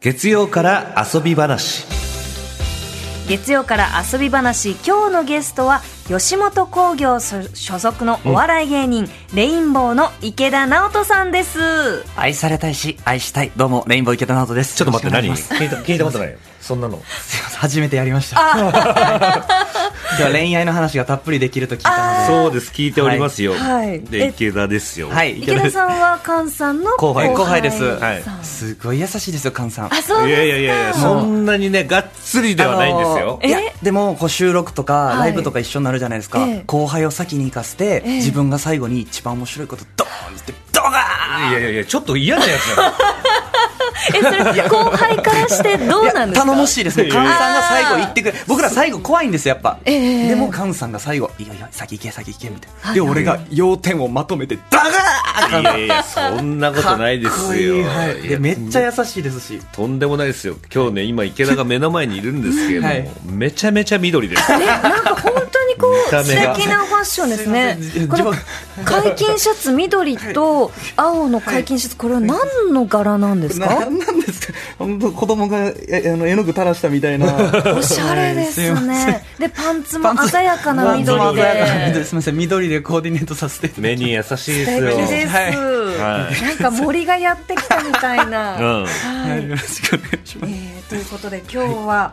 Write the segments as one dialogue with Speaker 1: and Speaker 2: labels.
Speaker 1: 月曜から遊び話
Speaker 2: 月曜から遊び話今日のゲストは吉本興業所所属のお笑い芸人、レインボーの池田直人さんです
Speaker 3: 愛されたいし、愛したい。どうも、レインボー池田直人です。
Speaker 1: ちょっと待って何
Speaker 3: よろしくお願いしま
Speaker 1: 聞
Speaker 3: す
Speaker 1: いた聞いたことないよそんなの
Speaker 3: すいません 初めてやりました。 今日は恋愛の話がたっぷりできると聞いたので。
Speaker 4: そうです聞いておりますよ、
Speaker 2: はいえ
Speaker 4: で池田ですよ
Speaker 3: はい。
Speaker 2: 池田さんは菅さんの
Speaker 3: は
Speaker 2: 後輩
Speaker 3: い後輩です。
Speaker 2: あ
Speaker 4: はい
Speaker 3: すごい優しいですよ、菅さん。
Speaker 2: そう
Speaker 4: い
Speaker 2: です
Speaker 4: やいやいやいやそんなにねがっつりではないんですよ、
Speaker 3: あのーいや
Speaker 2: え
Speaker 3: でもこう収録とか
Speaker 2: い
Speaker 3: ライブとか一緒になるじゃないですか、
Speaker 2: ええ
Speaker 3: 後輩を先に行かせて、
Speaker 2: え
Speaker 3: 自分が最後に一番面白いことドーンって言ってドガーン
Speaker 4: いやいやいやちょっと嫌なやつなの
Speaker 2: えそれ後輩からしてどうなんですか
Speaker 3: 頼もしいですね
Speaker 4: いやいや
Speaker 3: 菅さんが最後行ってくれ僕ら最後怖いんですよやっぱ、
Speaker 2: ええ
Speaker 3: でも菅さんが最後「いいよいいよ先行け先行け」みたいなで俺が要点をまとめてドガーン
Speaker 4: いやいやそんなことないですよ
Speaker 3: かっこいいはい
Speaker 4: い
Speaker 3: で
Speaker 4: や
Speaker 3: めっちゃ優しいですし
Speaker 4: とんでもないですよ今日ね今池田が目の前にいるんですけれども、
Speaker 3: はい
Speaker 4: めちゃめちゃ緑です
Speaker 2: えなんか本当にこう
Speaker 4: 見た
Speaker 2: 素
Speaker 4: 目が
Speaker 2: 敵なファッションですね
Speaker 3: すいま
Speaker 2: こ
Speaker 3: せん
Speaker 2: の解禁シャツ緑と青の解禁シャツこれは何の柄なんです
Speaker 3: な
Speaker 2: か
Speaker 3: なんなんですか本当子供がえあの絵の具垂らしたみたいな
Speaker 2: おしゃれです
Speaker 3: はいいません
Speaker 2: ねでパンツも鮮やかな
Speaker 3: パン
Speaker 2: 緑
Speaker 3: ツも鮮やかな緑
Speaker 2: で
Speaker 3: ですみません緑でコーディネートさせていただいて
Speaker 4: 目に優しいです
Speaker 2: 素
Speaker 4: よ
Speaker 2: 敵です、
Speaker 3: はい
Speaker 4: はい
Speaker 2: なんか森がやってきたみたいな、
Speaker 4: うん
Speaker 2: は
Speaker 3: はいい、よろしくお願いします。
Speaker 2: えーということで今日は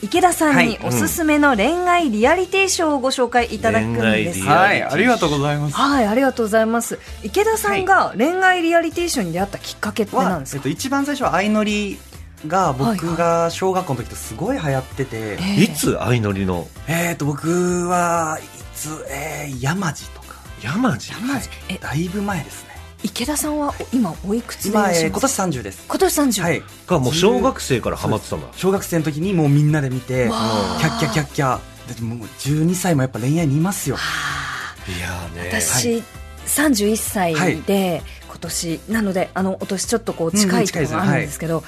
Speaker 2: 池田さんに
Speaker 3: はい
Speaker 2: おすすめの恋愛リアリティショーをご紹介いただくん
Speaker 4: 恋愛
Speaker 2: で
Speaker 4: リアリテ
Speaker 2: す
Speaker 4: ィ
Speaker 2: が
Speaker 3: はい、ありがとうございます。
Speaker 2: はい、ありがとうございます。池田さんが恋愛リアリテーショーに出会ったきっかけって何
Speaker 3: は
Speaker 2: で、す
Speaker 3: えっ
Speaker 2: か。
Speaker 3: と、一番最初は相乗りが
Speaker 2: はい
Speaker 3: 僕が小学校の時とすごい流行ってて、
Speaker 2: え
Speaker 4: いつ相乗りの
Speaker 3: えっと、僕はいつ、えー、山路とか、
Speaker 4: 山路
Speaker 2: まずえ
Speaker 3: だいぶ前ですね。
Speaker 2: 池田さんはお今おいくつでいら
Speaker 3: 今、
Speaker 2: っしゃ
Speaker 3: えー
Speaker 2: い
Speaker 3: 今
Speaker 2: ま
Speaker 3: 年
Speaker 2: すか。
Speaker 3: 30です。
Speaker 2: 今年三十。
Speaker 3: はい。
Speaker 4: がもう小学生からハマってたんだ
Speaker 3: 小学生の時にもうみんなで見て、キャ
Speaker 2: わー
Speaker 3: ッキャキャッキャ。だってもう12歳もやっぱ恋愛にいますよ。
Speaker 4: いやーね
Speaker 2: 私三十一歳で今年なのであのお年ちょっとこう近いところがあるんですけど、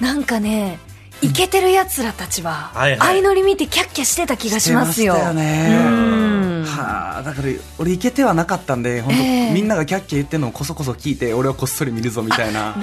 Speaker 2: なんかね。イケてるやつらたちは
Speaker 4: はいはい
Speaker 2: 相乗り見てキャッキャしてた気がしますよ。
Speaker 3: してましたよね
Speaker 2: うん
Speaker 3: はあ、だから俺行けてはなかったんで本当、
Speaker 2: ええ
Speaker 3: みんながキャッキャ言ってるのをこそこそ聞いて俺はこっそり見るぞみたいな
Speaker 4: あ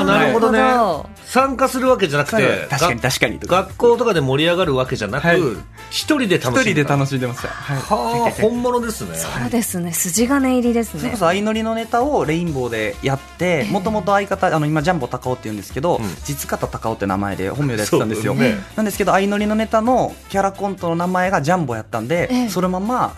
Speaker 4: あなるほどね
Speaker 2: なるほど
Speaker 4: 参加するわけじゃなくて
Speaker 3: 確かに確かにとか
Speaker 4: 学校とかで盛り上がるわけじゃな
Speaker 3: はい
Speaker 4: く一人で楽
Speaker 3: 一
Speaker 4: し
Speaker 3: 人
Speaker 4: ん
Speaker 3: で
Speaker 4: だ
Speaker 3: 楽しんでました、はい、
Speaker 4: はあ本物ですね
Speaker 2: そうですね筋金入りです
Speaker 3: それ
Speaker 2: ね
Speaker 3: こ。そ相乗りのネタをレインボーでやってもともと相方あの今ジャンボ高尾っていうんですけど、
Speaker 4: ん
Speaker 3: 実方高尾って名前で本名でやってたんですよ、
Speaker 4: そうね
Speaker 3: なんですけど相乗りのネタのキャラコントの名前がジャンボやったんで、
Speaker 2: ええ
Speaker 3: そのまま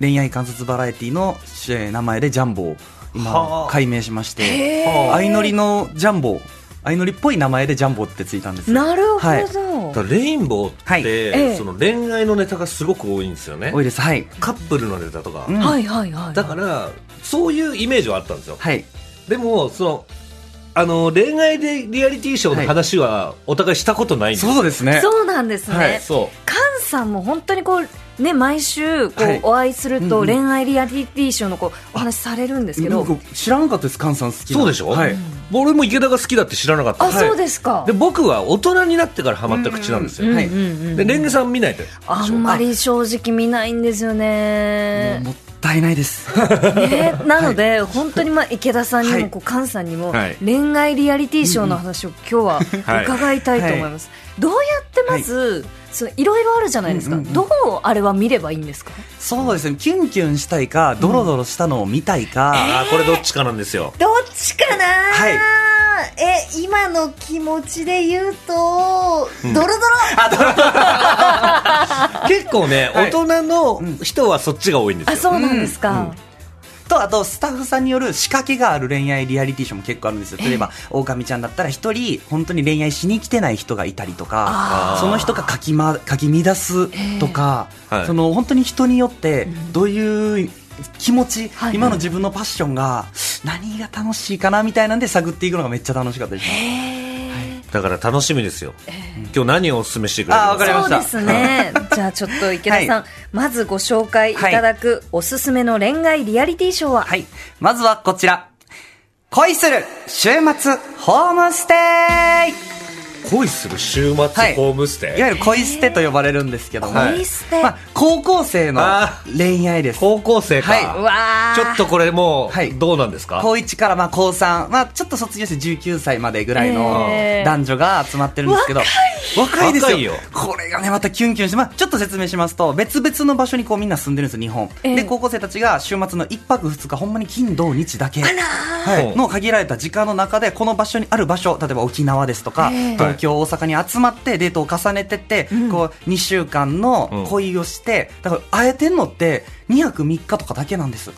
Speaker 3: 恋愛観察バラエティのえー名前でジャンボを
Speaker 4: は
Speaker 3: 今
Speaker 4: あ
Speaker 3: 改名しまして、
Speaker 2: へー
Speaker 3: 相乗りのジャンボ相乗りっぽい名前でジャンボってついたんですよ
Speaker 2: なるほど、
Speaker 3: はい
Speaker 4: だからレインボーって、
Speaker 3: はい
Speaker 2: ええ
Speaker 4: その恋愛のネタがすごく多いんですよね
Speaker 3: 多いですはい、
Speaker 4: カップルのネタとか、
Speaker 3: うん
Speaker 2: はいはいはい
Speaker 4: だからそういうイメージはあったんですよ
Speaker 3: はい
Speaker 4: でもそのあの恋愛でリアリティショーの話はお互いしたことないんですよ、
Speaker 3: そうですね
Speaker 2: そうなんですね、
Speaker 4: はいそう
Speaker 2: 菅さんも本当にこうね毎週こう、
Speaker 3: はい
Speaker 2: お会いする
Speaker 3: うんう
Speaker 2: と
Speaker 3: ん
Speaker 2: 恋愛リアリティショーのこうお話しされるんですけど、
Speaker 3: 僕知らんかったです菅さん好きな
Speaker 4: そうでしょ、
Speaker 3: はい、
Speaker 4: 俺も池田が好きだって知らなかった
Speaker 2: あ、
Speaker 4: んです
Speaker 2: そうですか
Speaker 4: で僕は大人になってからハマった口なんですよ、
Speaker 2: うん
Speaker 3: はい
Speaker 2: うんうん
Speaker 4: でレンゲさん見ないでしょ
Speaker 2: あんまり正直見ないんですよ
Speaker 3: もう
Speaker 2: ね
Speaker 3: もったいないです
Speaker 2: ねなので、本当にまあ池田さんにもこう菅さんにも
Speaker 4: はい
Speaker 2: 恋愛リアリティショーの話を今日は
Speaker 4: はい
Speaker 2: 伺いたいと思います、どうやってまず、そのいろいろあるじゃないですか、
Speaker 3: うんうんうん
Speaker 2: どうあれは見ればいいんですか
Speaker 3: そうですね、キュンキュンしたいか、ドロドロしたのを見たいか、
Speaker 4: あーこれどっちかなんですよ
Speaker 2: どっちかな、
Speaker 3: はい
Speaker 2: え今の気持ちで言うと、ドロドロ
Speaker 4: 結構ね、
Speaker 3: はい
Speaker 4: 大人の人はそっちが多いんです
Speaker 2: あ
Speaker 4: よ、
Speaker 2: そうなんですか、
Speaker 3: と、あと、スタッフさんによる仕掛けがある恋愛リアリティショーも結構あるんですよ。例えば、狼ちゃんだったら一人、本当に恋愛しに来てない人がいたりとか
Speaker 4: あ、ー
Speaker 3: その人がかき,、ま、かき乱すとか、
Speaker 4: えーはい
Speaker 3: その本当に人によって、どういう気持ち、
Speaker 2: はい
Speaker 3: 今の自分のパッションが、何が楽しいかなみたいなんで探っていくのがめっちゃ楽しかったです。
Speaker 2: へー
Speaker 4: だから楽しみですよ、今日何をおすすめしてくれる
Speaker 3: あーわかりまし
Speaker 2: そうで
Speaker 3: た
Speaker 2: すねじゃあちょっと池田さん、
Speaker 3: は
Speaker 2: まずご紹介いただくおすすめの恋愛リアリティショーは、
Speaker 3: はい。まずはこちら。恋する週末ホームステイ
Speaker 4: 恋する週末
Speaker 3: はい
Speaker 4: ホームステイ、
Speaker 3: いわゆる恋捨てと呼ばれるんですけども、
Speaker 2: 恋捨て、
Speaker 3: まあ、高校生の
Speaker 4: あ
Speaker 3: 恋愛です。
Speaker 4: 高校生か、
Speaker 3: は
Speaker 2: うわー
Speaker 4: ちょっとこれも
Speaker 3: はいう
Speaker 4: どうなんですか、
Speaker 3: 高1からまあ高3、まあ、ちょっと卒業して19歳までぐらいの
Speaker 2: えー
Speaker 3: 男女が集まってるんですけど、若いですよ
Speaker 4: 若いよ
Speaker 3: これがねまたキュンキュンして、まあ、ちょっと説明しますと別々の場所にこうみんな住んでるんですよ日本、
Speaker 2: えー
Speaker 3: で高校生たちが週末の1泊2日ほんまに金土日だけ
Speaker 4: うん
Speaker 3: の限られた時間の中でこの場所にある場所例えば沖縄ですとか、
Speaker 2: えー
Speaker 3: 東京大阪に集まってデートを重ねてって、こう2週間の恋をして、だから会えてんのって2泊3日とかだけなんです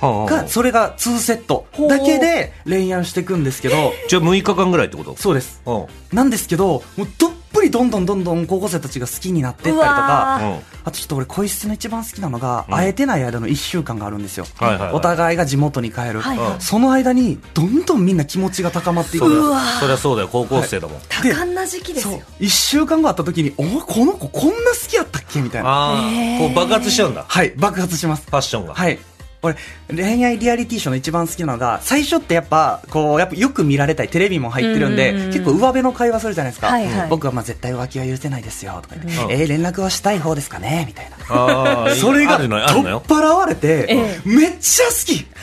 Speaker 4: はあ
Speaker 3: が、それが2セットだけで恋愛をしていくんですけど、
Speaker 4: じゃあ6日間ぐらいってこと
Speaker 3: そうです。
Speaker 4: う、ん
Speaker 3: なんですけど、もうどっぷりどんどんどんどん高校生たちが好きになってったりと
Speaker 2: う
Speaker 3: か、
Speaker 2: わ
Speaker 4: うん、
Speaker 3: あとちょっと俺恋室の一番好きなのが、
Speaker 4: うん
Speaker 3: 会えてない間の1週間があるんですよ。
Speaker 4: はいはいはい
Speaker 3: お互いが地元に帰る。
Speaker 2: はい
Speaker 4: はい
Speaker 3: その間に、どんどんみんな気持ちが高まっていく。
Speaker 2: うわ
Speaker 4: そりゃそうだよ高校生だもん、
Speaker 2: 多感な時期です
Speaker 3: そう
Speaker 2: よ。
Speaker 3: 1週間後会った時に、お前この子こんな好きやったっけみたいな。
Speaker 4: ああ、
Speaker 2: へー
Speaker 4: こう爆発しちゃうんだ
Speaker 3: はい、爆発します。
Speaker 4: ファッションが、
Speaker 3: はい。俺、恋愛リアリティショーの一番好きなのが、最初ってやっぱ、こう、やっぱよく見られたい、テレビも入ってるんで、
Speaker 2: うんうんうん
Speaker 3: 結構上辺の会話するじゃないですか。
Speaker 2: はいはい
Speaker 3: 僕はまあ絶対浮気は許せないですよ、とか言って、
Speaker 4: うん
Speaker 3: えー、連絡はしたい方ですかね、みたいな。
Speaker 4: ああ
Speaker 3: それが、
Speaker 4: あ
Speaker 3: 取
Speaker 4: る
Speaker 3: っ
Speaker 4: のよあるのよ
Speaker 3: 払われて、
Speaker 2: え
Speaker 3: めっちゃ好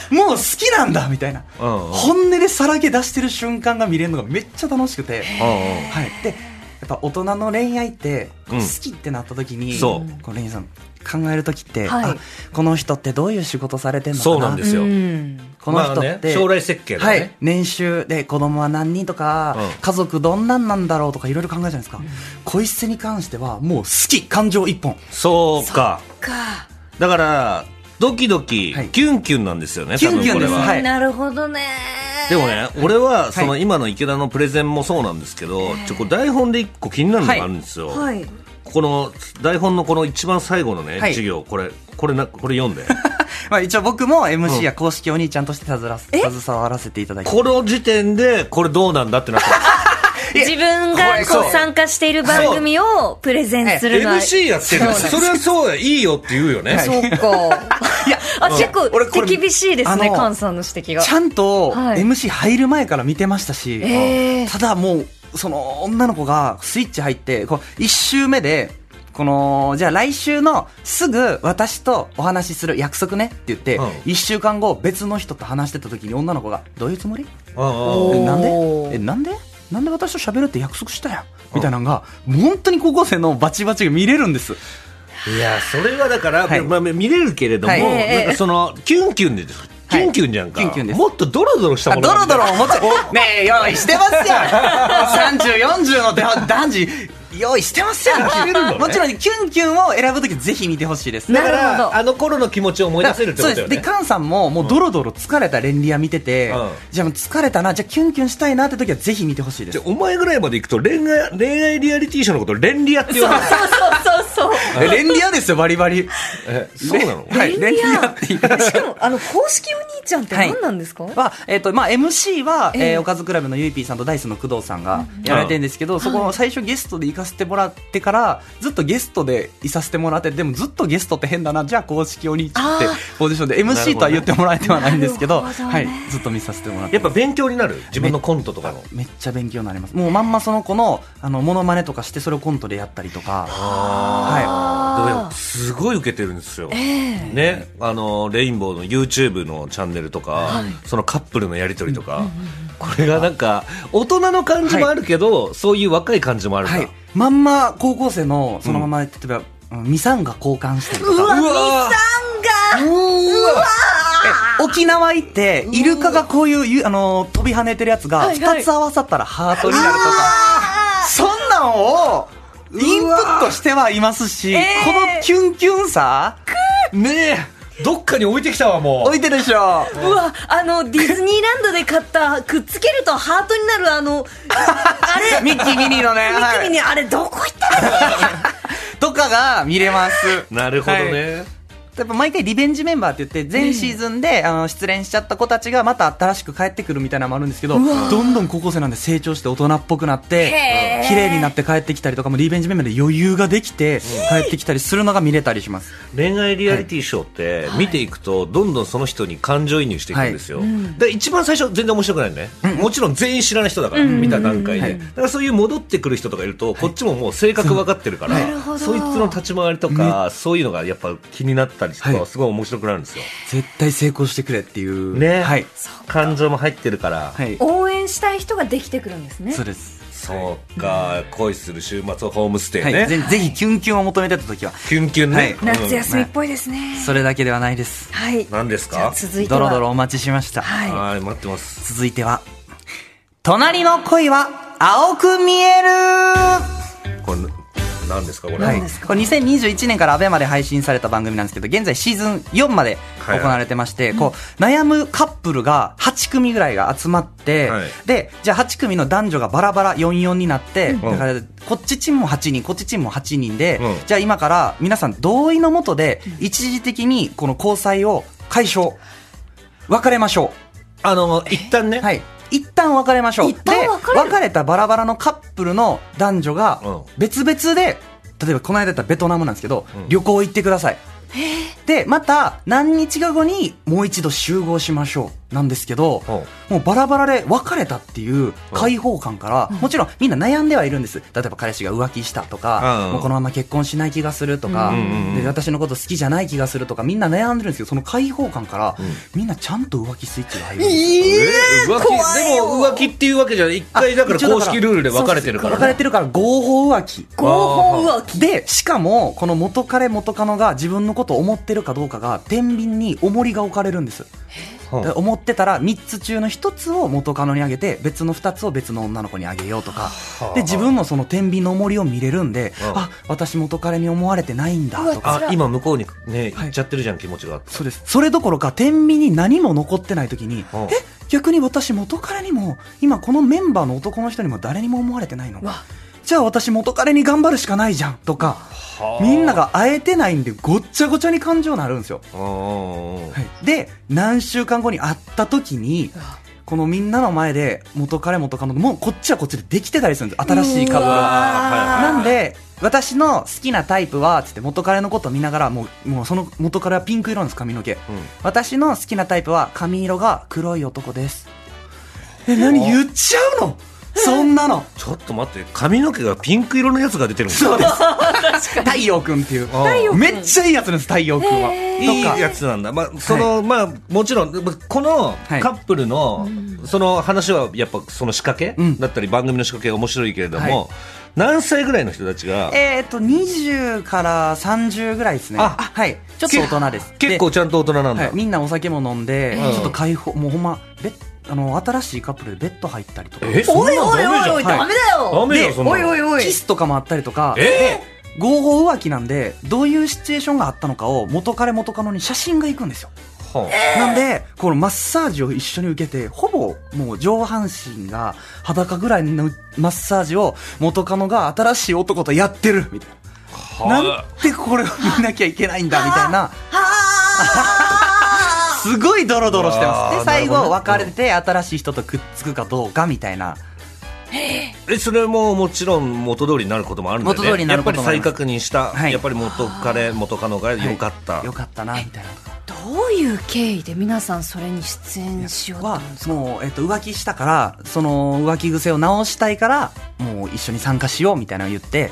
Speaker 3: きもう好きなんだみたいな。
Speaker 4: うんうん
Speaker 3: 本音でさらけ出してる瞬間が見れるのがめっちゃ楽しくて。
Speaker 4: うんうん
Speaker 3: はい、でやっぱ大人の恋愛って
Speaker 4: うん
Speaker 3: 好きってなった時に、
Speaker 4: そ
Speaker 3: こうレインさん考える時って、
Speaker 2: はい
Speaker 3: あこの人ってどういう仕事されてんのかな
Speaker 4: そうなんですよ
Speaker 2: うん
Speaker 3: この人って、
Speaker 4: まあね将来設計だね
Speaker 3: はい、年収で子供は何人とか、
Speaker 4: うん
Speaker 3: 家族どんなんなんだろうとかいろいろ考えるじゃないですか、恋質に関してはもう好き感情一本
Speaker 4: そうか
Speaker 2: か。
Speaker 4: だからドキドキ、
Speaker 3: はい
Speaker 4: キュンキュンなんですよね
Speaker 3: キュンキュンです
Speaker 4: 多分これは
Speaker 3: はい
Speaker 2: なるほどね。
Speaker 4: でもね、俺はその今の池田のプレゼンもそうなんですけど、ちょこれ台本で一個気になるのがあるんですよ。
Speaker 2: はい。
Speaker 4: この台本のこの一番最後のね、
Speaker 3: はい
Speaker 4: 授業、これ、これな、これ読んで。
Speaker 3: まあ一応僕も MC や公式お兄ちゃんとして携わらせ携わらせていただいて
Speaker 4: この時点で、これどうなんだってなって
Speaker 2: 自分が
Speaker 3: こ
Speaker 2: こ
Speaker 3: れそう
Speaker 2: う参加している番組をプレゼンするのは。
Speaker 4: ます。MC やってるんですそれはそうや、いいよって言うよね。
Speaker 2: そう か。いや、あ、結構
Speaker 3: 俺これ
Speaker 2: 手厳しいですね、
Speaker 3: あの
Speaker 2: 菅さんの指摘が。
Speaker 3: ちゃんと
Speaker 2: はい
Speaker 3: MC 入る前から見てましたし、
Speaker 2: えー
Speaker 3: ただもう、その女の子がスイッチ入って、こう、一周目で、この、じゃあ来週のすぐ私とお話しする約束ねって言って
Speaker 4: うん、
Speaker 3: 一、週間後別の人と話してた時に女の子が、どういうつもり
Speaker 4: うんうん
Speaker 3: えなんで
Speaker 2: おー
Speaker 3: え、なんでなんで私と喋るって約束したやんみたいなのが、本当に高校生のバチバチが見れるんです。
Speaker 4: いや、それはだから、
Speaker 3: はい
Speaker 4: まあ、見れるけれども、
Speaker 3: はい
Speaker 4: なんかその、キュンキュンで、キュンキュンじゃんか。
Speaker 3: キュンキュンです
Speaker 4: もっとドロドロした
Speaker 3: あ
Speaker 4: も
Speaker 3: ド
Speaker 4: の
Speaker 3: ロドロ
Speaker 4: なんだよ
Speaker 3: 思っちゃ う。ねえ、用意してますやん !30、40ので男児、用意してますやん
Speaker 4: 決 めるのね
Speaker 3: もちろん、キュンキュンを選ぶときぜひ見てほしいです。
Speaker 4: だ
Speaker 2: な
Speaker 4: か
Speaker 2: るほ
Speaker 4: ら、
Speaker 2: ど
Speaker 4: あの頃の気持ちを思い出せるって
Speaker 3: そ
Speaker 4: こ
Speaker 3: う
Speaker 4: と
Speaker 3: で
Speaker 4: よ
Speaker 3: す。で、
Speaker 4: ね。
Speaker 3: カンさんも、もうドロドロ疲れたレンリア見てて、
Speaker 4: うん
Speaker 3: じゃあもう疲れたな、じゃあキュンキュンしたいなって時はぜひ見てほしいで
Speaker 4: じ
Speaker 3: す
Speaker 4: ゃ。あお前ぐらいまで行くと恋愛恋愛リアリティショーのことを恋リアって言われる
Speaker 2: そうそうそうそ。
Speaker 3: えレンリアですよ、バリバリ。
Speaker 4: えそうなの
Speaker 3: はい、レンリアって言いう
Speaker 2: しかも、あの、公式お兄ちゃんって何なんですか、
Speaker 3: は、えっ、と、まあ、MC は、えー
Speaker 2: ええ
Speaker 3: おかずクラブのゆいぴーさんとダイスの工藤さんがやられてるんですけど、そこの最初ゲストで行かせてもらってから、ずっとゲストでいさせてもらって、でもずっとゲストって変だな、じゃあ公式お兄ちゃんって
Speaker 2: あ
Speaker 3: ポジションで MC とは言ってもらえてはないんですけど、
Speaker 2: なるほどね
Speaker 3: はい、ずっと見させてもらって
Speaker 4: やっ
Speaker 3: ます。
Speaker 4: ぱ勉強になる自分のコントとかの。
Speaker 3: めっちゃ勉強になります。もうまんまその子の、あの、モノマネとかして、それをコントでやったりとか。は
Speaker 4: でもすごい受けてるんですよ。ね、あの、レインボーの YouTube のチャンネルとか、そのカップルのやりとりとか、これがなんか、大人の感じもあるけど、そういう若い感じもあ
Speaker 3: い。
Speaker 4: るんだ。
Speaker 3: はい。まんま高校生の、そのまま、例えば、うんミサンが交換したりとか。
Speaker 4: うわ
Speaker 2: なんか
Speaker 3: え沖縄行って、イルカがこういうゆ、あのー飛び跳ねてるやつが、
Speaker 2: はいはい
Speaker 3: 二つ合わさったらハートになるとか、そんなんを、インプットしてはいますし、
Speaker 2: えー
Speaker 3: このキュンキュンさ、
Speaker 4: ねえどっかに置いてきたわ、も
Speaker 3: 置いてるでし ょ。
Speaker 2: うわ、あの、ディズニーランドで買った、くっつけるとハートになる、あの、あ れ、
Speaker 3: ミッキー・ミニーのね、
Speaker 2: ミキミ
Speaker 3: はい
Speaker 2: にあれ、どこ行ったの
Speaker 3: とかが見れます。
Speaker 4: う。なるほど
Speaker 3: はい
Speaker 4: ね。
Speaker 3: だやっぱ毎回リベンジメンバーって言って、前シーズンで、あの、失恋しちゃった子たちがまた新しく帰ってくるみたいなのもあるんですけど、どんどん高校生なんで成長して大人っぽくなって
Speaker 2: へー、
Speaker 3: 綺麗になって帰ってきたりとかも、リベンジメンバーで余裕ができて、帰ってきたりするのが見れたりします。
Speaker 4: 恋愛リアリティショーって見ていくとどんどんその人に感情移入していくんですよ、で一番最初全然面白くないのね、もちろん全員知らない人だから、見た段階で、
Speaker 3: はい
Speaker 4: だからそういう戻ってくる人とかいると、こっちももう性格分かってるから、
Speaker 2: るほど
Speaker 4: そいつの立ち回りとか、そういうのがやっぱ気になったりとか、
Speaker 3: はい
Speaker 4: すごい面白くなるんですよ、
Speaker 3: 絶対成功してくれっていう。
Speaker 4: ね
Speaker 3: はい。
Speaker 4: 感情も入ってるから、
Speaker 3: はい。
Speaker 2: 応援したい人ができてくるんですね
Speaker 3: そうです。
Speaker 4: そうか恋する週末ホームステイ
Speaker 3: はい。
Speaker 4: ね、
Speaker 3: ぜぜひ、キュンキュンを求めてた時は、
Speaker 4: キュンキュンね、
Speaker 3: はい
Speaker 2: 夏
Speaker 4: うん
Speaker 2: 休みっぽいですね、
Speaker 3: それだけではないです。
Speaker 2: はい
Speaker 4: 何です
Speaker 2: じゃあ
Speaker 4: か
Speaker 2: 続いて
Speaker 3: ド
Speaker 2: は
Speaker 3: ロドロお待ちしました。
Speaker 2: はい
Speaker 4: はい待ってます
Speaker 3: 続いては、隣の恋は青く見える
Speaker 4: これ何ですかこれ、
Speaker 3: はい、これ2021年からアベマで配信された番組なんですけど現在シーズン4まで行われてまして、こう悩むカップルが8組ぐらいが集まって、
Speaker 4: はい
Speaker 3: でじゃあ8組の男女がバラバラ44になって、
Speaker 4: ん
Speaker 3: だからこっちチームも8人こっちチームも8人で、
Speaker 4: うん
Speaker 3: じゃあ今から皆さん同意のもとで一時的にこの交際を解消別れましょう
Speaker 4: あの一旦ね、
Speaker 3: はい。一旦別れましょう。
Speaker 2: 一旦別れる
Speaker 3: で別れたバラバラのカップルの男女が
Speaker 4: うん、
Speaker 3: 別々で、例えばこの間だったらベトナムなんですけど、
Speaker 4: ん
Speaker 3: 旅行行ってください。で、また何日か後にもう一度集合しましょう。なんですけど、
Speaker 4: うん
Speaker 3: もうバラバラで別れたっていう解放感から、もちろんみんな悩んではいるんです。例えば彼氏が浮気したとか、
Speaker 4: うん
Speaker 3: もうこのまま結婚しない気がするとか、
Speaker 2: うん
Speaker 4: うんうん
Speaker 3: で私のこと好きじゃない気がするとか、みんな悩んでるんですけど、その解放感から、
Speaker 4: ん
Speaker 3: みんなちゃんと浮気スイッチが入るんですよ。
Speaker 4: えー浮気
Speaker 2: 怖い
Speaker 4: で
Speaker 2: よ
Speaker 4: も浮気っていうわけじゃない一回
Speaker 3: あ
Speaker 4: だから
Speaker 3: 一応だ
Speaker 4: 公
Speaker 3: から
Speaker 4: 式ルールで分かれてるから
Speaker 3: 別れてるから合法浮気
Speaker 2: 合法浮気
Speaker 3: でしかもこの元彼元カノが自分のことを思ってるかどうかが天秤に重りが置かれるんです
Speaker 4: う
Speaker 3: だ
Speaker 4: ん
Speaker 3: から思ってたら3つ中の1つを元カノにあげて別の2つを別の女の子にあげようとかで自分もその天秤の重りを見れるんで
Speaker 4: うん
Speaker 3: あ私元彼に思われてないんだと
Speaker 2: うわ
Speaker 3: か
Speaker 4: あ今向こうにね行っちゃってるじゃん気持ちが
Speaker 3: そうですそれどころか天秤に何も残ってない時に
Speaker 4: うん
Speaker 3: え逆に私元彼にも今このメンバーの男の人にも誰にも思われてないの
Speaker 2: わ
Speaker 3: じゃあ私元彼に頑張るしかないじゃんとかみんなが会えてないんでごっちゃごちゃに感情になるんですよ、
Speaker 4: うんうんうん
Speaker 3: で何週間後に会った時にこのみんなの前で元彼元彼のもうこっちはこっちでできてたりするんです新しい株
Speaker 2: う
Speaker 3: が
Speaker 2: わー
Speaker 3: なんで私の好きなタイプはつって元彼のこと見ながらもうもうその元彼はピンク色なんです髪の毛、私の好きなタイプは髪色が黒い男ですえ何言っちゃうのそんなの
Speaker 4: ちょっと待って髪の毛がピンク色のやつが出てるんです
Speaker 3: そうです。太陽くんっていう。
Speaker 2: 陽くん
Speaker 3: めっちゃいいやつなんです、太陽くんは。
Speaker 4: いい
Speaker 3: とか
Speaker 4: やつなんだ、まあそのまあ、もちろん、まあこの
Speaker 3: はい
Speaker 4: カップルの、その話はやっぱその仕掛け、
Speaker 3: うん
Speaker 4: だったり、番組の仕掛けが面白いけれども、
Speaker 3: はい
Speaker 4: 何歳ぐらいの人たちが、
Speaker 3: えっと、20から30ぐらいですね。
Speaker 4: あ
Speaker 3: はい。ちょっと大人です。
Speaker 4: 結構ちゃんと大人なん
Speaker 3: で、
Speaker 4: だ、
Speaker 3: はい、みんなお酒も飲んで、
Speaker 4: うん
Speaker 3: ちょっと解放、もうほんま、ベッあの、新しいカップルでベッド入ったりとか。
Speaker 4: えそん
Speaker 2: お
Speaker 4: ないの
Speaker 2: おいおいおい、
Speaker 3: はい
Speaker 2: ダメだ
Speaker 4: ダ
Speaker 2: よ
Speaker 4: メじゃん、そんな
Speaker 2: おい
Speaker 4: の
Speaker 2: おいおい
Speaker 3: キスとかもあったりとか、
Speaker 4: え
Speaker 3: 合法浮気なんで、どういうシチュエーションがあったのかを元彼元カノに写真が行くんですよ。
Speaker 4: はあ
Speaker 3: なんで、このマッサージを一緒に受けて、ほぼもう上半身が裸ぐらいのマッサージを元カノが新しい男とやってるみたいな。なんてこれを見なきゃいけないんだみたいな、
Speaker 2: は
Speaker 3: すごいドロドロしてます。
Speaker 4: うわ
Speaker 3: で、
Speaker 4: ー
Speaker 3: 最
Speaker 4: なる
Speaker 3: 後
Speaker 4: ほど
Speaker 3: 別れて新しい人とくっつくかどうかみたいな。
Speaker 4: えそれももちろん元通りになることもあるんだよね
Speaker 3: 元通りになることもあ
Speaker 4: や
Speaker 3: りま
Speaker 4: っぱ
Speaker 3: す
Speaker 4: り再確認した、
Speaker 3: はい
Speaker 4: やっぱり元彼元カノが良かった、
Speaker 3: よかったな、みたいなとか。
Speaker 2: あどういう経緯で皆さんそれに出演しようと思う
Speaker 3: は
Speaker 2: んですか
Speaker 3: もう、えっと、浮気したからその浮気癖を直したいからもう一緒に参加しようみたいなのを言って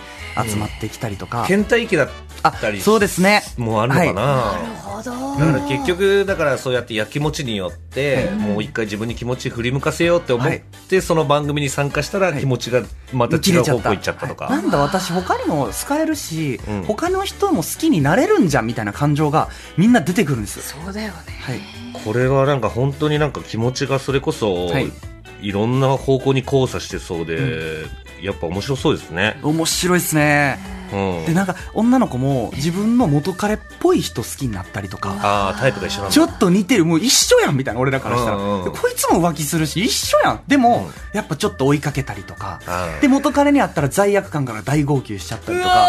Speaker 3: 集まってきたりとか、
Speaker 4: 倦怠期だっ
Speaker 3: あ
Speaker 4: たり
Speaker 3: そうですね
Speaker 4: もうあるのかな、
Speaker 2: なるほど
Speaker 4: だから結局だからそうやってやきもちによって、もう一回自分に気持ち振り向かせようって思って、その番組に参加したら
Speaker 3: はい
Speaker 4: 気持ちがまた違う方向行っちゃったとか、
Speaker 3: はいなんだ私他にも好かれるし、
Speaker 4: うん
Speaker 3: 他の人も好きになれるんじゃんみたいな感情がみんな出てくるんです、
Speaker 2: そうだよね
Speaker 3: はい、
Speaker 4: これはなんか本当になんか気持ちがそれこそ、
Speaker 3: はいい、
Speaker 4: ろんな方向に交差してそうで、やっぱ面白そうですね
Speaker 3: 面白いですね
Speaker 4: うん
Speaker 3: でなんか女の子も自分の元彼っぽい人好きになったりとか
Speaker 4: ああタイプが一緒なんだ
Speaker 3: ちょっと似てるもう一緒やんみたいな俺らからしたら、
Speaker 4: うんうんうん
Speaker 3: でこいつも浮気するし一緒やんでも、やっぱちょっと追いかけたりとかで元彼に会ったら罪悪感から大号泣しちゃったりとか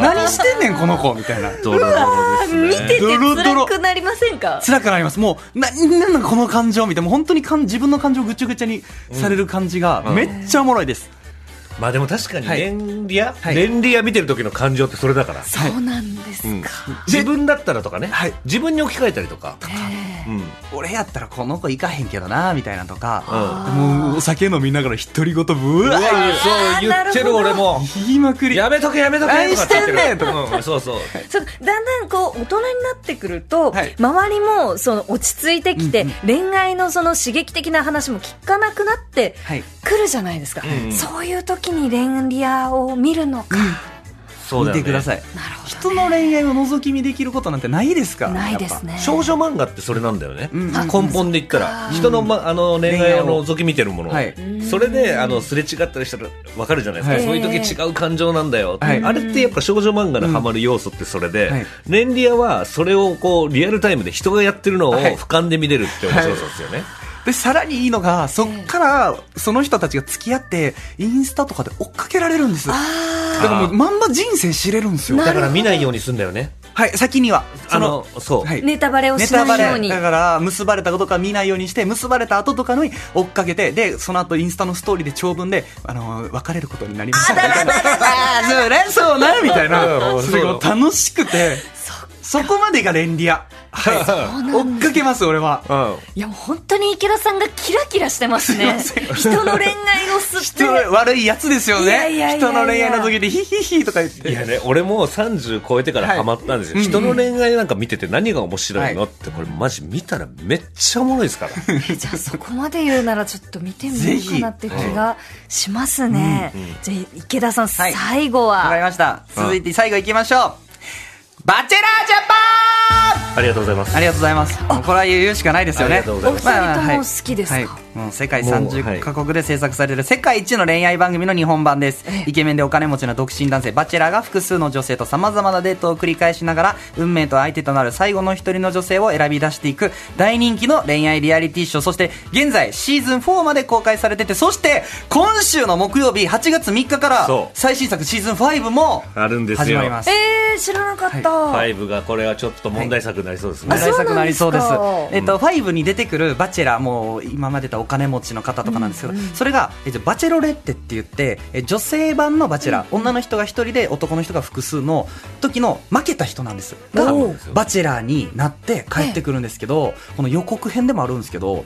Speaker 3: 何してんねんこの子みたいな
Speaker 4: ドロドロですね
Speaker 2: 見てて
Speaker 3: ドロド
Speaker 2: 辛
Speaker 3: ロ
Speaker 2: くなりませんか
Speaker 3: 辛くなりますもうななんなんこの感情みたいなもう本当にかん自分の感情をぐちゃぐちゃにされる感じが
Speaker 4: ん
Speaker 3: めっちゃおもろいです、
Speaker 4: まあでも確かに
Speaker 3: はい
Speaker 4: 連リア、
Speaker 3: はい
Speaker 4: 連リア見てる時の感情ってそれだから、
Speaker 3: はい
Speaker 2: そうなんです
Speaker 4: うん
Speaker 2: か、
Speaker 4: 自分だったらとかね、
Speaker 3: はい
Speaker 4: 自分に置き換えたりとか、
Speaker 2: え
Speaker 4: うん、
Speaker 3: 俺やったらこの子行かへんけどなみたいなとか、
Speaker 4: うん
Speaker 3: もうお酒飲みながら独り言ぶ
Speaker 4: う
Speaker 3: わー
Speaker 4: わそう言ってる俺も
Speaker 3: 言いまくり
Speaker 4: やめとけやめとけ
Speaker 3: 何
Speaker 4: とかって言ってる
Speaker 3: してんねんと
Speaker 4: うんそうそう
Speaker 2: えそうだんだんこう大人になってくると、
Speaker 3: はい
Speaker 2: 周りもその落ち着いてきて、
Speaker 3: うん
Speaker 2: 恋愛のその刺激的な話も聞かなくなって
Speaker 3: はい
Speaker 2: くるじゃないですか、
Speaker 4: うん
Speaker 2: そういう時に恋リアを見るのか、
Speaker 4: そうだ
Speaker 3: 見
Speaker 4: よね
Speaker 3: てください、
Speaker 2: なるほど
Speaker 3: 人の恋愛を覗き見できることなんてないですから
Speaker 2: ないですね
Speaker 4: 少女漫画ってそれなんだよね、
Speaker 3: うんうん
Speaker 4: 根本で言ったら人の,、ま、あの恋愛を覗き見てるもの、
Speaker 3: はい
Speaker 4: それであのすれ違ったりしたら分かるじゃないですか、
Speaker 3: はい
Speaker 4: そういう時違う感情なんだよ、
Speaker 3: はい
Speaker 4: あれってやっぱ少女漫画のハマる要素ってそれで、
Speaker 3: はい
Speaker 4: レンリアはそれをこうリアルタイムで人がやってるのを
Speaker 3: はい
Speaker 4: 俯瞰で見れるって面白さですよね、
Speaker 3: でさらにいいのがそっからその人たちが付き合ってインスタとかで追っかけられるんですだからもうまんま人生知れるんですよ
Speaker 4: だから見ないようにすんだよね
Speaker 3: はい先には
Speaker 4: あのそう、
Speaker 3: はい
Speaker 2: ネタバレを
Speaker 3: ネ
Speaker 2: し
Speaker 3: タ
Speaker 2: な
Speaker 3: バ
Speaker 2: いよう
Speaker 3: レ
Speaker 2: に
Speaker 3: だから結ばれたことから見ないようにして結ばれた後とかに追っかけてでその後インスタのストーリーで長文であの別れることになりましたみたいなあーそうねそうなみたいな
Speaker 4: そう
Speaker 3: すごい楽しくてそこまでがレンリアはい追っかけます俺は
Speaker 4: うん
Speaker 2: いやもう本当に池田さんがキラキラしてますね人の恋愛を吸っ
Speaker 3: 人
Speaker 2: て
Speaker 3: の悪いやつですよ
Speaker 2: いやいや
Speaker 3: ね
Speaker 2: いやいや
Speaker 3: 人の恋愛の時でヒヒヒとか言っ
Speaker 4: い
Speaker 3: て
Speaker 4: やね、俺も30超えてからハマったんですよ、人の恋愛なんか見てて何が面白いの、
Speaker 3: は
Speaker 4: ってこれマジ見たらめっちゃおもろいで すから
Speaker 2: じゃあそこまで言うならちょっと見てみようかなって気がしますね、じゃあ池田さん、
Speaker 3: はい
Speaker 2: 最後は
Speaker 3: わかりました続いて最後いきましょうバチェラージャパン
Speaker 4: ありがとうございます
Speaker 3: ありがとうございます。もうこれは言うしかないですよね。
Speaker 4: ありがとうございます
Speaker 2: お二人とも好きですか
Speaker 3: はいはいもう世界
Speaker 4: もうはい
Speaker 3: 30カ国で制作される世界一の恋愛番組の日本版です
Speaker 2: ええ。
Speaker 3: イケメンでお金持ちの独身男性バチェラーが複数の女性と様々なデートを繰り返しながら、運命と相手となる最後の一人の女性を選び出していく大人気の恋愛リアリティショー、そして現在シーズン4まで公開されてて、そして今週の木曜日8月3日から
Speaker 4: そう
Speaker 3: 最新作シーズン5も
Speaker 4: あるんですよ
Speaker 3: 始まります。
Speaker 2: えー、知らなかった、
Speaker 4: 5がこれはちょっと問題作になりそうですね、
Speaker 2: あそう
Speaker 3: 対策になりそうです
Speaker 2: そうなんです。か
Speaker 3: えっと、ファイブに出てくるバチェラー、もう今まで出たお金持ちの方とかなんですけど、それが、えっと、バチェロレッテって言って、え女性版のバチェラー、女の人が一人で男の人が複数の時の負けた人なんです。が
Speaker 4: おう、
Speaker 3: バチェラーになって帰ってくるんですけど、この予告編でもあるんですけど、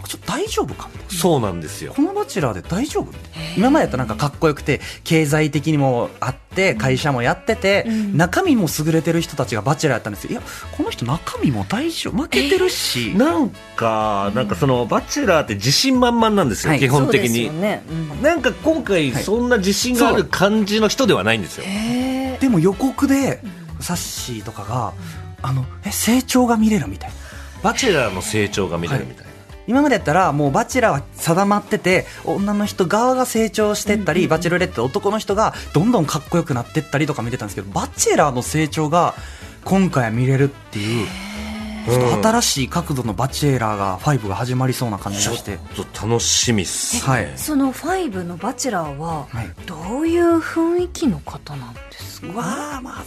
Speaker 3: こちょっと大丈夫かみたいな。
Speaker 4: そうなんですよ
Speaker 3: このバチェラーで大丈夫みたいな今までだとなんかかっこよくて経済的にもあって会社もやってて、
Speaker 2: うん
Speaker 3: 中身も優れてる人たちがバチェラーやったんですよいやこの人中身も大丈夫負けてるし、
Speaker 4: なんかなんかそのバチェラーって自信満々なんですよ、
Speaker 3: はい
Speaker 4: 基本
Speaker 2: そうで
Speaker 4: 的
Speaker 2: す
Speaker 4: に、
Speaker 2: よね、うん
Speaker 4: なんか今回
Speaker 3: はい
Speaker 4: そんな自信がある感じの人ではないんですよ、
Speaker 2: え
Speaker 3: でも予告でサッシーとかがあのえ成長が見れるみたいな
Speaker 4: バチェラーの成長が見れるみたいな、
Speaker 3: 今までやったらもうバチェラーは定まってて女の人側が成長してったり、バチェロレッテ男の人がどんどんかっこよくなってったりとか見てたんですけどバチェラーの成長が今回は見れるっていうちょっと新しい角度のバチェラーが5が始まりそうな感じ
Speaker 4: ちょ
Speaker 3: がして、
Speaker 4: っと楽しみっすね
Speaker 3: はい
Speaker 2: ー、そのファイブのバチェラーは
Speaker 3: はい
Speaker 2: どういう雰囲気の方なんですか、
Speaker 3: わあまあ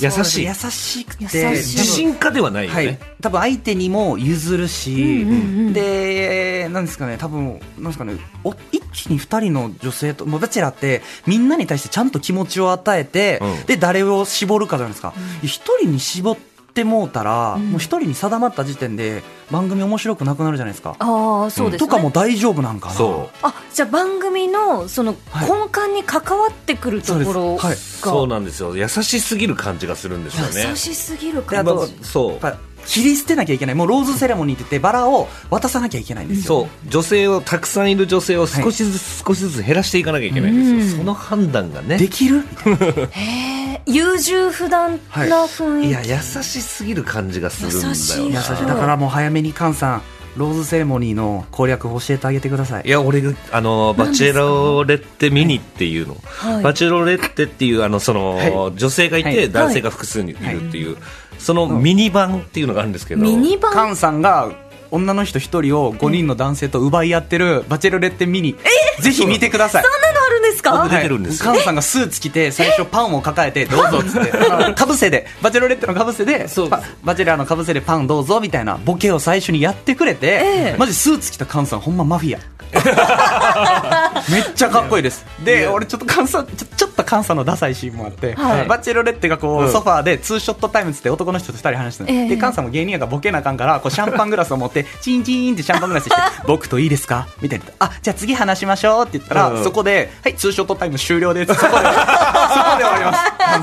Speaker 4: 優しい
Speaker 3: そうですね優しくて
Speaker 2: 優し
Speaker 3: 多
Speaker 2: い
Speaker 3: 分
Speaker 4: 自信家ではないよね、
Speaker 3: はい、多分相手にも譲るし、
Speaker 2: うんうんうん
Speaker 3: で、なんですかね、多分なんですかね、お一気に二人の女性と、もうバチェラーって、みんなに対してちゃんと気持ちを与えて、
Speaker 4: うん
Speaker 3: で、誰を絞るかじゃないですか。一、人に絞ってもうたら、
Speaker 2: ん
Speaker 3: もう一人に定まった時点で、番組面白くなくなるじゃないですか。
Speaker 2: ああそうです、ね
Speaker 3: とかも大丈夫なんかな。
Speaker 4: そう
Speaker 2: あじゃあ番組のその
Speaker 3: はい
Speaker 2: 根幹に関わってくるところ
Speaker 3: そう
Speaker 2: が、
Speaker 3: です
Speaker 4: そうなんですよ優しすぎる感じがするんですよね
Speaker 2: 優しすぎる
Speaker 3: であ
Speaker 2: 感
Speaker 3: と
Speaker 2: じ
Speaker 4: まあそ
Speaker 3: やっぱ切り捨てなきゃいけない。もうローズセレモニーって言って、バラを渡さなきゃいけないんで
Speaker 4: う
Speaker 3: すよ。
Speaker 4: そう女性をたくさんいる女性を少しずつ、少しずつ減らしていかなきゃいけないんですよ、その判断がね
Speaker 3: できるみたいな。
Speaker 2: へえ優柔不断な雰囲
Speaker 4: い
Speaker 2: 気、
Speaker 4: や優しすぎる感じがするんだよ
Speaker 2: 優
Speaker 4: な
Speaker 2: しい
Speaker 3: 優しいだからもう早めに菅さんローズセレモニーの攻略教えてあげてください
Speaker 4: いや俺があのバチェロレッテミニっていうの、
Speaker 2: い
Speaker 4: バチェロレッテっていうあのその、
Speaker 3: は
Speaker 4: 女性がいて、
Speaker 3: はい
Speaker 4: 男性が複数にいるっていう、そのミニ版っていうのがあるんですけど
Speaker 2: ミニ版
Speaker 3: カンさんが女の人一人を5人の男性と奪い合ってる「バチェルレッテミニ」ぜひ見てください
Speaker 2: そんなのあるんですか
Speaker 4: 僕出てるんですよ
Speaker 3: はいカンさんがスーツ着て最初パンを抱えてどうぞっつってかぶせでバチェロレッテのかぶせで
Speaker 4: そう
Speaker 3: パバチェラーのかぶせでパンどうぞみたいなボケを最初にやってくれて、
Speaker 2: ええ
Speaker 3: マジスーツ着たカンさんほんまマフィアめっちゃかっこいいですで俺ちょっとカンさんちょちょっとカンさんのダサいシーンもあって、
Speaker 2: はい
Speaker 3: バチェロレッテがこう、
Speaker 4: うん
Speaker 3: ソファーでツーショットタイムっつって男の人と2人話してる、
Speaker 2: ええ
Speaker 3: でカンさんも芸人やからボケなあかんからこうシャンパングラスを持ってチンチンってシャンパングラスして「僕といいですか?」みたいな「あじゃあ次話しましょう」って言ったら、
Speaker 4: うん
Speaker 3: そこで「はいツーショットタイム終了です」 そこでそこで終わりま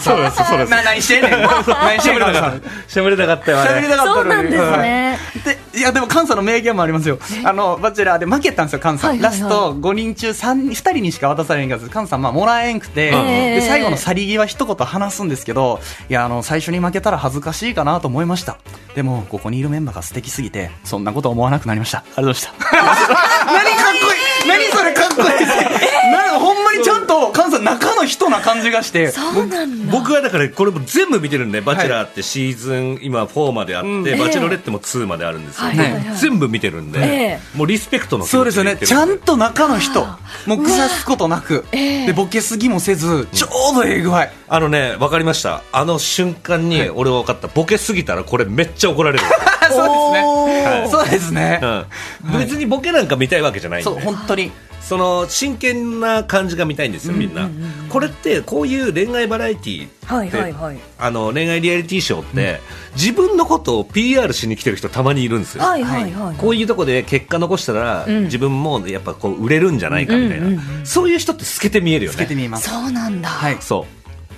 Speaker 3: す
Speaker 4: そうです そうです
Speaker 3: な何してんねん何してんねんカンさん
Speaker 4: 喋れなかったよあ
Speaker 3: 喋
Speaker 4: れ
Speaker 3: りたかったのに
Speaker 2: そうなんですね
Speaker 3: はいでいやでも菅さんの名言もありますよあのバチェラーで負けたんですよ菅さん、
Speaker 2: はいはいはい
Speaker 3: ラスト5人中3 2人にしか渡されへんから菅さんまあもらえんくて、
Speaker 2: ええ
Speaker 3: で最後の去り際一言話すんですけどいやあの最初に負けたら恥ずかしいかなと思いましたでもここにいるメンバーが素敵すぎてそんなこと思わなくなりましたありがとうございました 何かっこいい何それかっこいい なんかほんまにちゃんと菅さん中の人な感じがして
Speaker 2: そうなんだ
Speaker 4: 僕はだからこれも全部見てるんで「バチェラー」ってシーズン今4まであって「バチェロレッテ」も2まであるんですよ、
Speaker 2: はいはいはい
Speaker 4: 全部見てるんで、
Speaker 2: え
Speaker 4: もうリスペクトの気
Speaker 3: そう
Speaker 4: 持
Speaker 3: で
Speaker 4: ち
Speaker 3: すよね
Speaker 4: 見てる
Speaker 3: ちゃんと中の人もう腐すことなく、
Speaker 2: ええ
Speaker 3: でボケすぎもせずちょうどええ具合、
Speaker 4: あのね分かりましたあの瞬間に俺は分かったボケすぎたらこれめっちゃ怒られる、
Speaker 3: そうですね、
Speaker 4: はい
Speaker 3: そうですね、
Speaker 4: うん、別にボケなんか見たいわけじゃないんで
Speaker 3: そう本当に
Speaker 4: その真剣な感じが見たいんですよ、みんな。これってこういう恋愛バラエティって、
Speaker 2: はいはいはい
Speaker 4: あの恋愛リアリティショーって、自分のことを PR しに来てる人たまにいるんですよ。
Speaker 2: はいはいはい
Speaker 4: こういうとこで結果残したら、
Speaker 2: ん
Speaker 4: 自分もやっぱこう売れるんじゃないかみたいな、
Speaker 2: うんうん
Speaker 4: そういう人って透けて見えるよ
Speaker 3: つけて
Speaker 4: ね。
Speaker 3: みます
Speaker 2: そうなんだ
Speaker 3: はい
Speaker 4: そ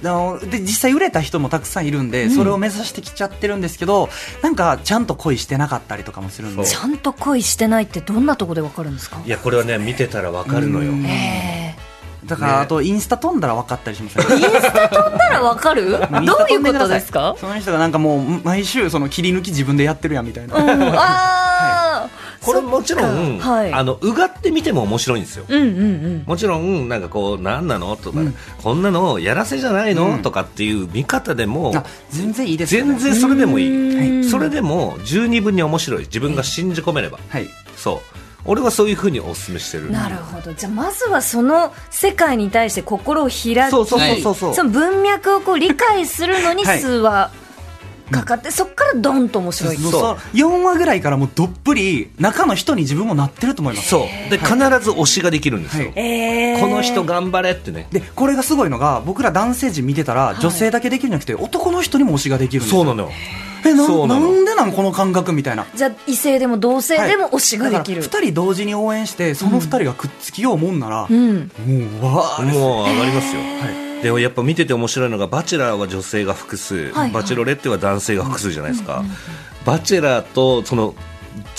Speaker 3: あので実際売れた人もたくさんいるんで、それを目指してきちゃってるんですけどなんかちゃんと恋してなかったりとかもするんで
Speaker 2: ちゃんと恋してないってどんなとこでわかるんですか
Speaker 4: ういやこれはね見てたらわかるのよ、
Speaker 3: うん
Speaker 2: え
Speaker 3: だから、
Speaker 4: ね
Speaker 3: あとインスタ飛んだら分かったりしますね
Speaker 2: えインスタ飛んだらわかるど
Speaker 3: イ
Speaker 2: う
Speaker 3: ンスタ飛ん
Speaker 2: いうこ
Speaker 3: くだ
Speaker 2: と
Speaker 3: さ
Speaker 2: ですか
Speaker 3: その人がなんかもう毎週その切り抜き自分でやってるやんみたいな、
Speaker 2: うんあー
Speaker 4: これもちろん、
Speaker 2: そっかはい
Speaker 4: あのうがって見ても面白いんですよ。
Speaker 2: うんうんうん
Speaker 4: もちろん、なんかこう、なんなのとか、こんなのやらせじゃないの、
Speaker 3: うん
Speaker 4: とかっていう見方でも、
Speaker 3: あ全然いいですよね
Speaker 4: 全然それでも
Speaker 2: う
Speaker 4: い
Speaker 2: ん
Speaker 4: い、それでも十二分に面白い自分が信じ込めれば、
Speaker 3: はい
Speaker 4: そう俺はそういうふうにお勧めしてる
Speaker 2: なるほどじゃあまずはその世界に対して心を開き
Speaker 4: そうそうそうそうそう
Speaker 2: の文脈をこう理解するのに
Speaker 3: はい
Speaker 2: 数はかかって、そこからドンと面白い
Speaker 3: もう
Speaker 4: そう
Speaker 3: そ4話ぐらいからもうどっぷり中の人に自分もなってると思います
Speaker 4: そうで必ず推しができるんですよ、
Speaker 3: は
Speaker 2: えー
Speaker 4: この人頑張れってね
Speaker 3: でこれがすごいのが僕ら男性陣見てたら
Speaker 2: い
Speaker 3: 女性だけできるんじゃなくて男の人にも推しができるんですよ
Speaker 4: そうなのよ
Speaker 3: えな
Speaker 4: そう
Speaker 3: な
Speaker 4: なの
Speaker 3: んでなんこの感覚みたいな
Speaker 2: じゃあ異性でも同性でも推しができる、
Speaker 3: 2人同時に応援してその2人がくっつきようもんなら、
Speaker 2: う
Speaker 3: もう
Speaker 2: ん
Speaker 3: わー
Speaker 4: もう上がりますよ、でもやっぱ見てて面白いのが「バチェラー」は女性が複数「
Speaker 2: はい
Speaker 4: バチェロレッテ」は男性が複数じゃないですか、バチェラーとその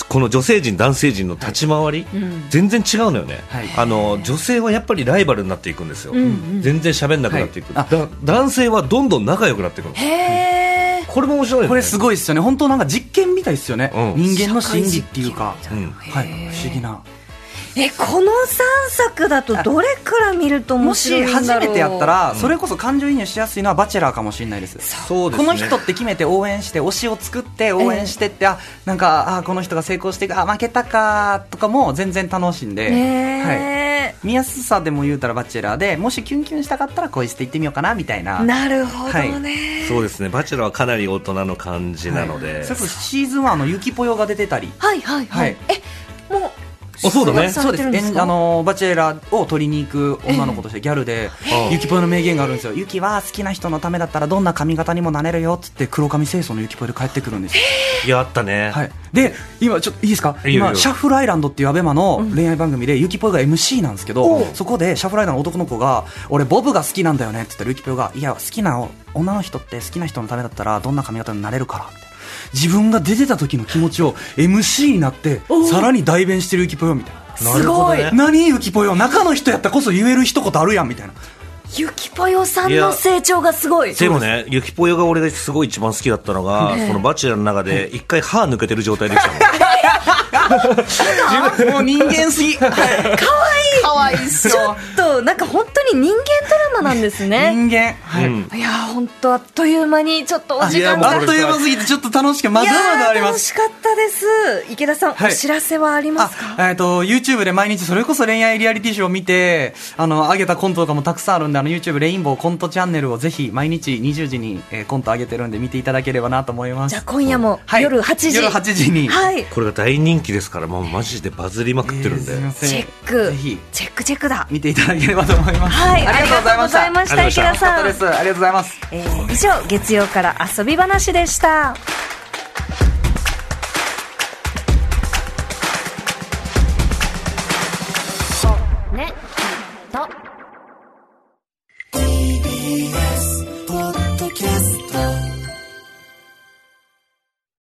Speaker 4: この女性陣男性陣の立ち回り、
Speaker 2: ん
Speaker 4: 全然違うのよね、
Speaker 3: はい
Speaker 4: あの女性はやっぱりライバルになっていくんですよ、
Speaker 2: んうん
Speaker 4: 全然喋んなくなっていく、
Speaker 3: はいあ
Speaker 4: だ男性はどんどん仲良くなっていくの
Speaker 2: へえ
Speaker 4: これも面白いよね
Speaker 3: これすごいっすよね本当なんか実験みたいっすよね、
Speaker 4: うん
Speaker 3: 人間の心理っていうか、
Speaker 4: うん
Speaker 3: はい、不思議な
Speaker 2: えこの3作だとどれから見ると面
Speaker 3: も
Speaker 2: 白
Speaker 3: し
Speaker 2: いんだろ
Speaker 3: 初め
Speaker 2: う
Speaker 3: てやったら、それこそ感情移入しやすいのは「バチェラー」かもしれないです
Speaker 4: そうですね
Speaker 3: この人って決めて応援して推しを作って応援してって、あなんかあこの人が成功していくあ負けたかとかも全然楽しんで、はい、
Speaker 2: ねえ
Speaker 3: 見やすさでも言うたら「バチェラーで」もしキュンキュンしたかったら恋していってみようかなみたいな。
Speaker 2: なるほどね、
Speaker 4: そうですねバチェラーはかなり大人の感じなので、
Speaker 3: それこそシーズン1の「ゆきぽよ」が出てたり
Speaker 2: はいはいはい、
Speaker 3: は
Speaker 2: えもう
Speaker 4: あそうだね
Speaker 2: 出演さ
Speaker 3: そう
Speaker 2: れ
Speaker 3: です
Speaker 2: てるんです
Speaker 3: えん
Speaker 2: か
Speaker 3: あのバチェラーを取りに行く女の子としてギャルで、
Speaker 4: ええ
Speaker 3: ゆきぽよの名言があるんですよゆきは好きな人のためだったらどんな髪型にもなれるよっつって黒髪清掃のゆきぽよで帰ってくるんですよ
Speaker 4: いやあったね、
Speaker 3: はい、で今ちょっといいですか
Speaker 4: いいよいい
Speaker 3: 今
Speaker 4: よ
Speaker 3: シャッフルアイランドっていうアベマの恋愛番組でゆきぽよが MC なんですけど、そこでシャッフルアイランドの男の子が俺ボブが好きなんだよねって言ったらゆきぽよがいや好きな女の人って好きな人のためだったらどんな髪型になれるからって自分が出てた時の気持ちを MC になってさらに代弁してるゆきぽよみたいな。
Speaker 4: なるほどね
Speaker 3: 何ゆきぽよ中の人やったらこそ言える一言あるやんみたいな
Speaker 2: ゆきぽよさんの成長がすごい
Speaker 4: でもね、ゆきぽよが俺がすごい一番好きだったのが、
Speaker 2: ええ
Speaker 4: そのバチェラーの中で一回歯抜けてる状態できたの。
Speaker 3: もう人間すぎ。はい
Speaker 2: かわいい
Speaker 3: 可愛いっす
Speaker 2: ちょ
Speaker 3: よ
Speaker 2: っ。となんか本当に人間ドラマなんですね。
Speaker 3: 人間。はい。
Speaker 2: いやー本当あっという間にちょっとお時間
Speaker 4: いやもう
Speaker 3: あ
Speaker 2: が。
Speaker 3: っという間すぎてちょっと楽しくまだまだありま
Speaker 2: 楽
Speaker 3: す。
Speaker 2: しかったです。池田さん、
Speaker 3: はい
Speaker 2: お知らせはありますか。
Speaker 3: あ、えっ、と、YouTube で毎日それこそ恋愛リアリティショーを見て、あの、上げたコントとかもたくさんあるんで、あの、YouTube レインボーコントチャンネルをぜひ毎日20時に、えーコント上げてるんで見ていただければなと思います。
Speaker 2: じゃあ今夜も
Speaker 3: はい
Speaker 2: 夜8時。
Speaker 3: 夜8時に。
Speaker 2: はい。
Speaker 4: これが大人気ですからもうマジでバズりまくってるんで、
Speaker 3: えーすいませ
Speaker 2: チェック
Speaker 3: ぜひ。
Speaker 2: チェックチェックだ。
Speaker 3: 見ていただければと思います。
Speaker 2: はい。ありがとうござい
Speaker 3: あ
Speaker 2: ました
Speaker 4: ありがとうございま
Speaker 2: 池
Speaker 4: した
Speaker 2: 田
Speaker 3: りがと
Speaker 2: さ
Speaker 3: うんございま。す。ありがとうございます。
Speaker 2: えー以上月曜から遊び話でした。